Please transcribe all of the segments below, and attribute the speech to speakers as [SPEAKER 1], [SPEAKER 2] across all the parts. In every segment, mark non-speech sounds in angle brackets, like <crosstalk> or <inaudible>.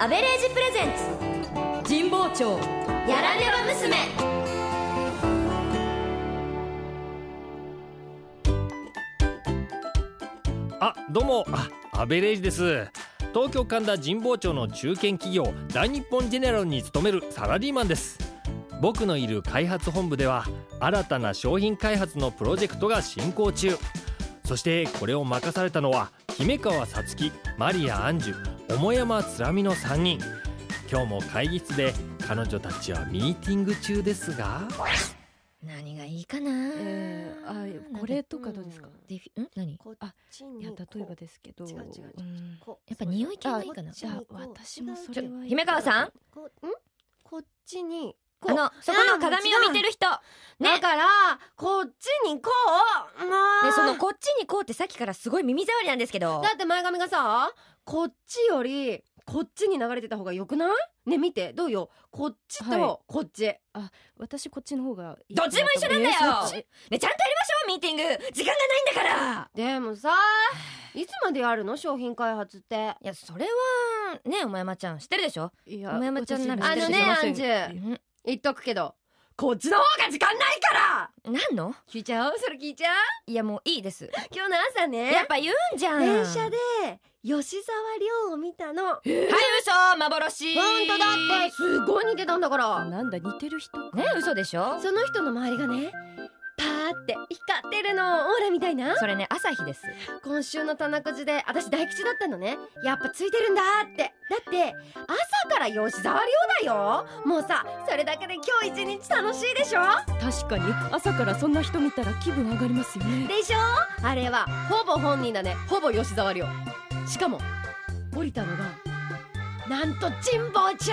[SPEAKER 1] アベレージプレゼンツ神保町やらねば娘
[SPEAKER 2] あどうもあアベレージです東京神田神保町の中堅企業大日本ジェネラルに勤めるサラリーマンです僕のいる開発本部では新たな商品開発のプロジェクトが進行中そしてこれを任されたのは姫川さつきマリア・アンジュ桃山つらみの3人今日も会議室で彼女たちはミーティング中ですが
[SPEAKER 1] 何がいいかな、
[SPEAKER 3] えーあ
[SPEAKER 1] なん
[SPEAKER 3] これとかどうですか
[SPEAKER 1] んデフィん何
[SPEAKER 4] こっ
[SPEAKER 3] あ
[SPEAKER 4] ちに
[SPEAKER 3] いや例えば
[SPEAKER 4] で
[SPEAKER 3] ですけど
[SPEAKER 4] 違う違う違う
[SPEAKER 3] うん
[SPEAKER 4] こう
[SPEAKER 1] やっぱ
[SPEAKER 4] そう
[SPEAKER 1] 匂い系がいいかな
[SPEAKER 3] じゃあ私もそ
[SPEAKER 1] ち
[SPEAKER 3] れ
[SPEAKER 1] ょ
[SPEAKER 3] は
[SPEAKER 1] 姫川さん
[SPEAKER 4] こうんこっちにこ
[SPEAKER 1] あ
[SPEAKER 4] う
[SPEAKER 1] のそこの鏡を見てる人
[SPEAKER 4] だ
[SPEAKER 1] ね
[SPEAKER 4] からこっちにこうまあ、
[SPEAKER 1] ねそのこっちにこうってさっきからすごい耳障りなんですけど
[SPEAKER 4] だって前髪がさこっちよりこっちに流れてた方がよくないね見てどうよこっち
[SPEAKER 3] はい
[SPEAKER 4] とこっち、
[SPEAKER 3] 私こっちの方がいい
[SPEAKER 1] どっちも一緒なんだよ
[SPEAKER 3] えーそ
[SPEAKER 1] ねちゃん
[SPEAKER 3] っち
[SPEAKER 1] とやりましょうミーティング時間がないんだから
[SPEAKER 4] でもさいつまでやるの商品開発って
[SPEAKER 1] いやそれはねお前まちゃん知ってるでしょ
[SPEAKER 3] いや
[SPEAKER 1] 桃山ちゃんなら
[SPEAKER 3] 私
[SPEAKER 4] あのね
[SPEAKER 3] 知ってま
[SPEAKER 4] ア
[SPEAKER 3] せ
[SPEAKER 4] ン
[SPEAKER 3] ん
[SPEAKER 1] ん
[SPEAKER 4] 言っとくけどこっちの方が時間ないから
[SPEAKER 1] 何の
[SPEAKER 4] 聞いちゃうそれ聞いちゃう
[SPEAKER 1] いやもういいです
[SPEAKER 4] 今日の朝ね
[SPEAKER 1] やっぱ言うんじゃん
[SPEAKER 4] 電車で吉沢亮を見たの本
[SPEAKER 1] はい嘘幻
[SPEAKER 4] 当だってすごい似てたんだから
[SPEAKER 3] なんだ似てる人
[SPEAKER 1] ね嘘でしょ
[SPEAKER 4] その人の周りがねパーって光ってるのオーラみたいな
[SPEAKER 1] それね朝日です
[SPEAKER 4] 今週の棚くじで私大吉だったのねやっぱついてるんだってだって朝から吉沢亮だよもうさそれだけで今日一日楽しいでしょ
[SPEAKER 3] 確かに朝からそんな人見たら気分上がりますよね
[SPEAKER 4] でしょあれはほぼ本人だねほぼ吉沢亮しかも降りたのがなんと神保町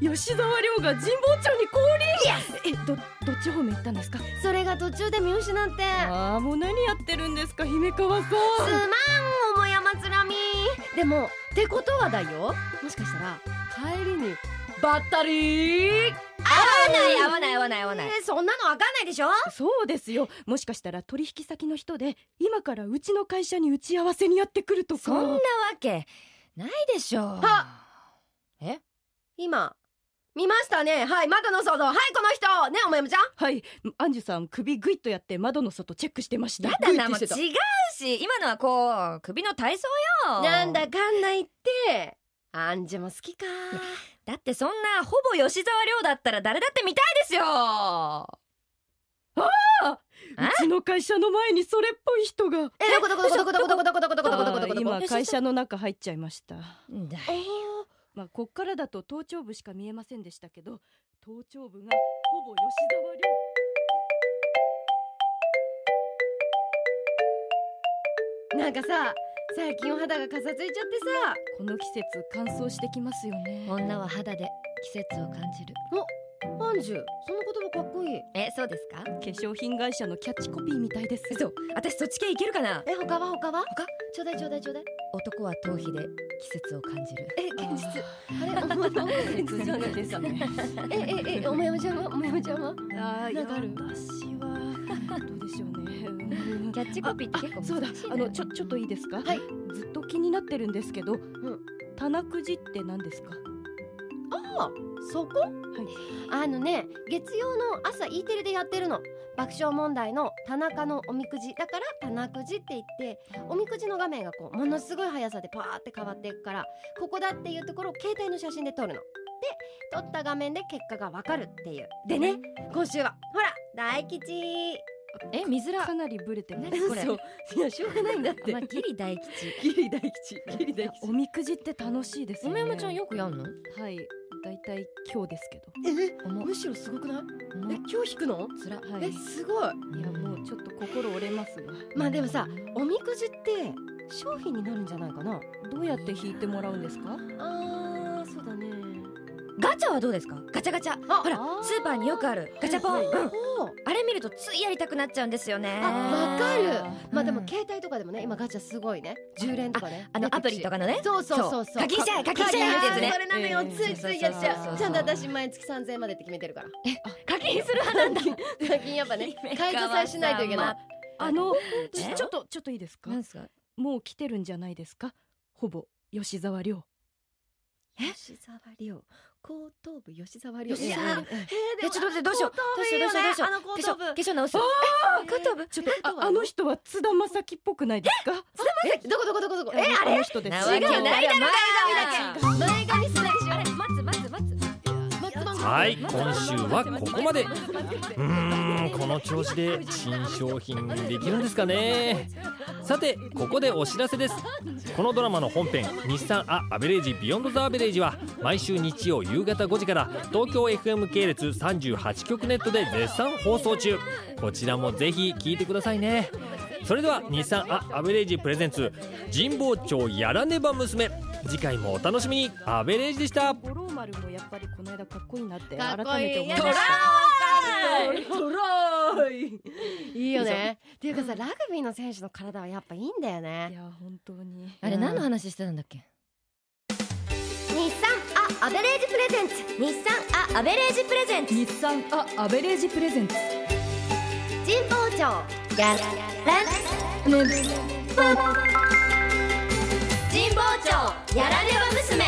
[SPEAKER 3] 吉沢亮が神保町に降臨えどどっち方面行ったんですか
[SPEAKER 4] それが途中で見失って
[SPEAKER 3] ああもう何やってるんですか姫川さん
[SPEAKER 4] すまん桃山つらみでもってことはだよもしかしたら帰りにバッタリー
[SPEAKER 1] 合わない合わない合わない合わない
[SPEAKER 4] えそんなのわかんないでしょ
[SPEAKER 3] そうですよもしかしたら取引先の人で今からうちの会社に打ち合わせにやってくるとか
[SPEAKER 1] そんなわけないでしょ
[SPEAKER 4] あ
[SPEAKER 1] え
[SPEAKER 4] 今見ましたねはい窓の外はいこの人ね桃山ちゃん
[SPEAKER 3] はいアンジュさん首グイッとやって窓の外チェックしてました
[SPEAKER 1] やだな
[SPEAKER 3] グイ
[SPEAKER 1] も
[SPEAKER 3] ッ
[SPEAKER 1] う
[SPEAKER 3] て
[SPEAKER 1] 違う
[SPEAKER 3] してた
[SPEAKER 1] し今のはこう首の体操よ
[SPEAKER 4] なんだかんだ言ってアンジュも好きか
[SPEAKER 1] だってそんなほぼ吉沢亮だったら誰だって見たいですよあ
[SPEAKER 3] うちの会社の前にそれっぽい人が
[SPEAKER 4] えどこどこどこどこどこどこどこどこどこどこどこどこどこ
[SPEAKER 3] 今会社の中入っちゃいました
[SPEAKER 1] だ
[SPEAKER 4] えー
[SPEAKER 3] まあこっからだと頭頂部しか見えませんでしたけど頭頂部がほぼ吉沢亮
[SPEAKER 4] なんかさ最近お肌がかさついちゃってさ
[SPEAKER 3] この季節乾燥してきますよね
[SPEAKER 1] 女は肌で季節を感じる
[SPEAKER 4] アンジュその言葉かっこいい
[SPEAKER 1] えそうですか
[SPEAKER 3] 化粧品会社のキャッチコピーみたいです
[SPEAKER 1] 嘘私そっち系いけるかな
[SPEAKER 4] え他は他は
[SPEAKER 1] 他
[SPEAKER 4] ちょうだいちょうだいちょうだい
[SPEAKER 1] 男は頭皮で季節を感じる
[SPEAKER 4] え現実あれ思い思い現実じゃない
[SPEAKER 3] で
[SPEAKER 4] <laughs>
[SPEAKER 3] すね
[SPEAKER 4] えええおもやまちゃんはおもやまちゃんは
[SPEAKER 3] あーいや
[SPEAKER 4] なんかある
[SPEAKER 3] 私はどうでしょうねうん
[SPEAKER 1] キャッチコピーって結構
[SPEAKER 3] そうだ
[SPEAKER 1] 難しいな
[SPEAKER 3] あのちょちょっといいですか、
[SPEAKER 4] はい
[SPEAKER 3] ずっと気になってるんですけど、
[SPEAKER 4] ん
[SPEAKER 3] 棚くじって何ですか
[SPEAKER 4] そこ、あのね月曜の朝 E テレでやってるの爆笑問題の田中のおみくじだから田中くじって言っておみくじの画面がこうものすごい速さでパーって変わっていくからここだっていうところを携帯の写真で撮るので撮った画面で結果がわかるっていうでね今週はほら大吉
[SPEAKER 1] え見づら
[SPEAKER 3] かなりブレてます
[SPEAKER 1] 何これ
[SPEAKER 3] 嘘
[SPEAKER 4] いやしょうがないんだって
[SPEAKER 1] まあ、ギリ大吉
[SPEAKER 4] ギリ大吉
[SPEAKER 1] <laughs>
[SPEAKER 4] ギリ
[SPEAKER 3] いやおみくじって楽しいですよ
[SPEAKER 1] 桃
[SPEAKER 3] ね
[SPEAKER 1] 山ちゃんよくやんの
[SPEAKER 3] はいだいたい今日ですけど
[SPEAKER 4] え
[SPEAKER 1] おも
[SPEAKER 4] むしろすごくない
[SPEAKER 1] おも
[SPEAKER 4] え今日引くの
[SPEAKER 1] つら
[SPEAKER 3] はい
[SPEAKER 4] えすごい
[SPEAKER 3] いやもうちょっと心折れますが
[SPEAKER 4] まあでもさおみくじって商品になるんじゃないかな
[SPEAKER 3] どうやって引いてもらうんですか
[SPEAKER 4] あーそうだね
[SPEAKER 1] ガチャはどうですかガチャガチャ
[SPEAKER 4] あ
[SPEAKER 1] ほら
[SPEAKER 4] あー
[SPEAKER 1] スーパーによくあるガチャポン、
[SPEAKER 3] はいはい
[SPEAKER 1] うん
[SPEAKER 4] ほう
[SPEAKER 1] あれ見るとついやりたくなっちゃうんですよね
[SPEAKER 4] あわかるまあでも
[SPEAKER 1] うん
[SPEAKER 4] 携帯とかでもね今ガチャすごいね10連とかね
[SPEAKER 1] あのアプリと
[SPEAKER 4] か
[SPEAKER 1] かのね
[SPEAKER 4] そうそうそうそう
[SPEAKER 1] 課金しちゃえ課金しち
[SPEAKER 4] あ
[SPEAKER 1] ゃえっ
[SPEAKER 4] ー
[SPEAKER 1] てやつね
[SPEAKER 4] それなのよ
[SPEAKER 3] えー
[SPEAKER 4] ついついやっち
[SPEAKER 1] そうそう
[SPEAKER 4] ゃ
[SPEAKER 1] そうそう
[SPEAKER 4] うちゃんと私毎月3000円までって決めて
[SPEAKER 1] <laughs>
[SPEAKER 4] るから
[SPEAKER 1] 課金する派 <laughs> なんだ
[SPEAKER 4] 課金やっぱ
[SPEAKER 1] <laughs>
[SPEAKER 4] ね
[SPEAKER 1] 姫川
[SPEAKER 4] 解
[SPEAKER 1] さん
[SPEAKER 4] 除さえしないといけない
[SPEAKER 3] あのち
[SPEAKER 1] ね
[SPEAKER 3] ちょっとちょっといいですか
[SPEAKER 1] なんですか
[SPEAKER 3] もう来てるんじゃないですかほぼ吉沢亮
[SPEAKER 4] 吉沢亮後頭部吉沢亮
[SPEAKER 1] 吉沢
[SPEAKER 4] いや
[SPEAKER 1] 亮
[SPEAKER 4] うん
[SPEAKER 1] えー、ちょっと待ってどうしようどうしようどうしようどうしよう
[SPEAKER 4] あの後
[SPEAKER 1] 化粧
[SPEAKER 4] 頭部
[SPEAKER 1] 化粧直す後頭部
[SPEAKER 3] ちょっとああの人は津田正樹っぽくないですか
[SPEAKER 4] えどこどこどこどこえ
[SPEAKER 3] あの人です
[SPEAKER 1] なわけないだろうが
[SPEAKER 4] あれ前髪すないし
[SPEAKER 1] あれ待つ待つ待つ
[SPEAKER 2] はい今週はここまでうーんこの調子で新商品できるんですかねさてここでお知らせですこのドラマの本編「日産ア・アベレージ・ビヨンド・ザ・アベレージ」は毎週日曜夕方5時から東京 FM 系列38局ネットで絶賛放送中こちらもぜひ聞いてくださいねそれでは日産ア・アベレージプレゼンツ神保町やらねば娘次回もお楽しみにアベレージでした
[SPEAKER 3] 五郎丸もやっぱりこの間かっこいいなって
[SPEAKER 4] かっこ
[SPEAKER 3] 改
[SPEAKER 4] いい
[SPEAKER 3] めて思いま
[SPEAKER 4] やだ
[SPEAKER 3] した
[SPEAKER 4] トライいいよねっていうかさラグビーの選手の体はやっぱいいんだよ
[SPEAKER 3] <laughs> い
[SPEAKER 4] ね
[SPEAKER 3] や本当に
[SPEAKER 1] あれ何の話してたんだっけ
[SPEAKER 4] 日産アアベレージプレゼンツ日産アアベレージプレゼンツ
[SPEAKER 3] 日産あアベレージプレゼンツ
[SPEAKER 4] 神保町やらねば神保町やらねば娘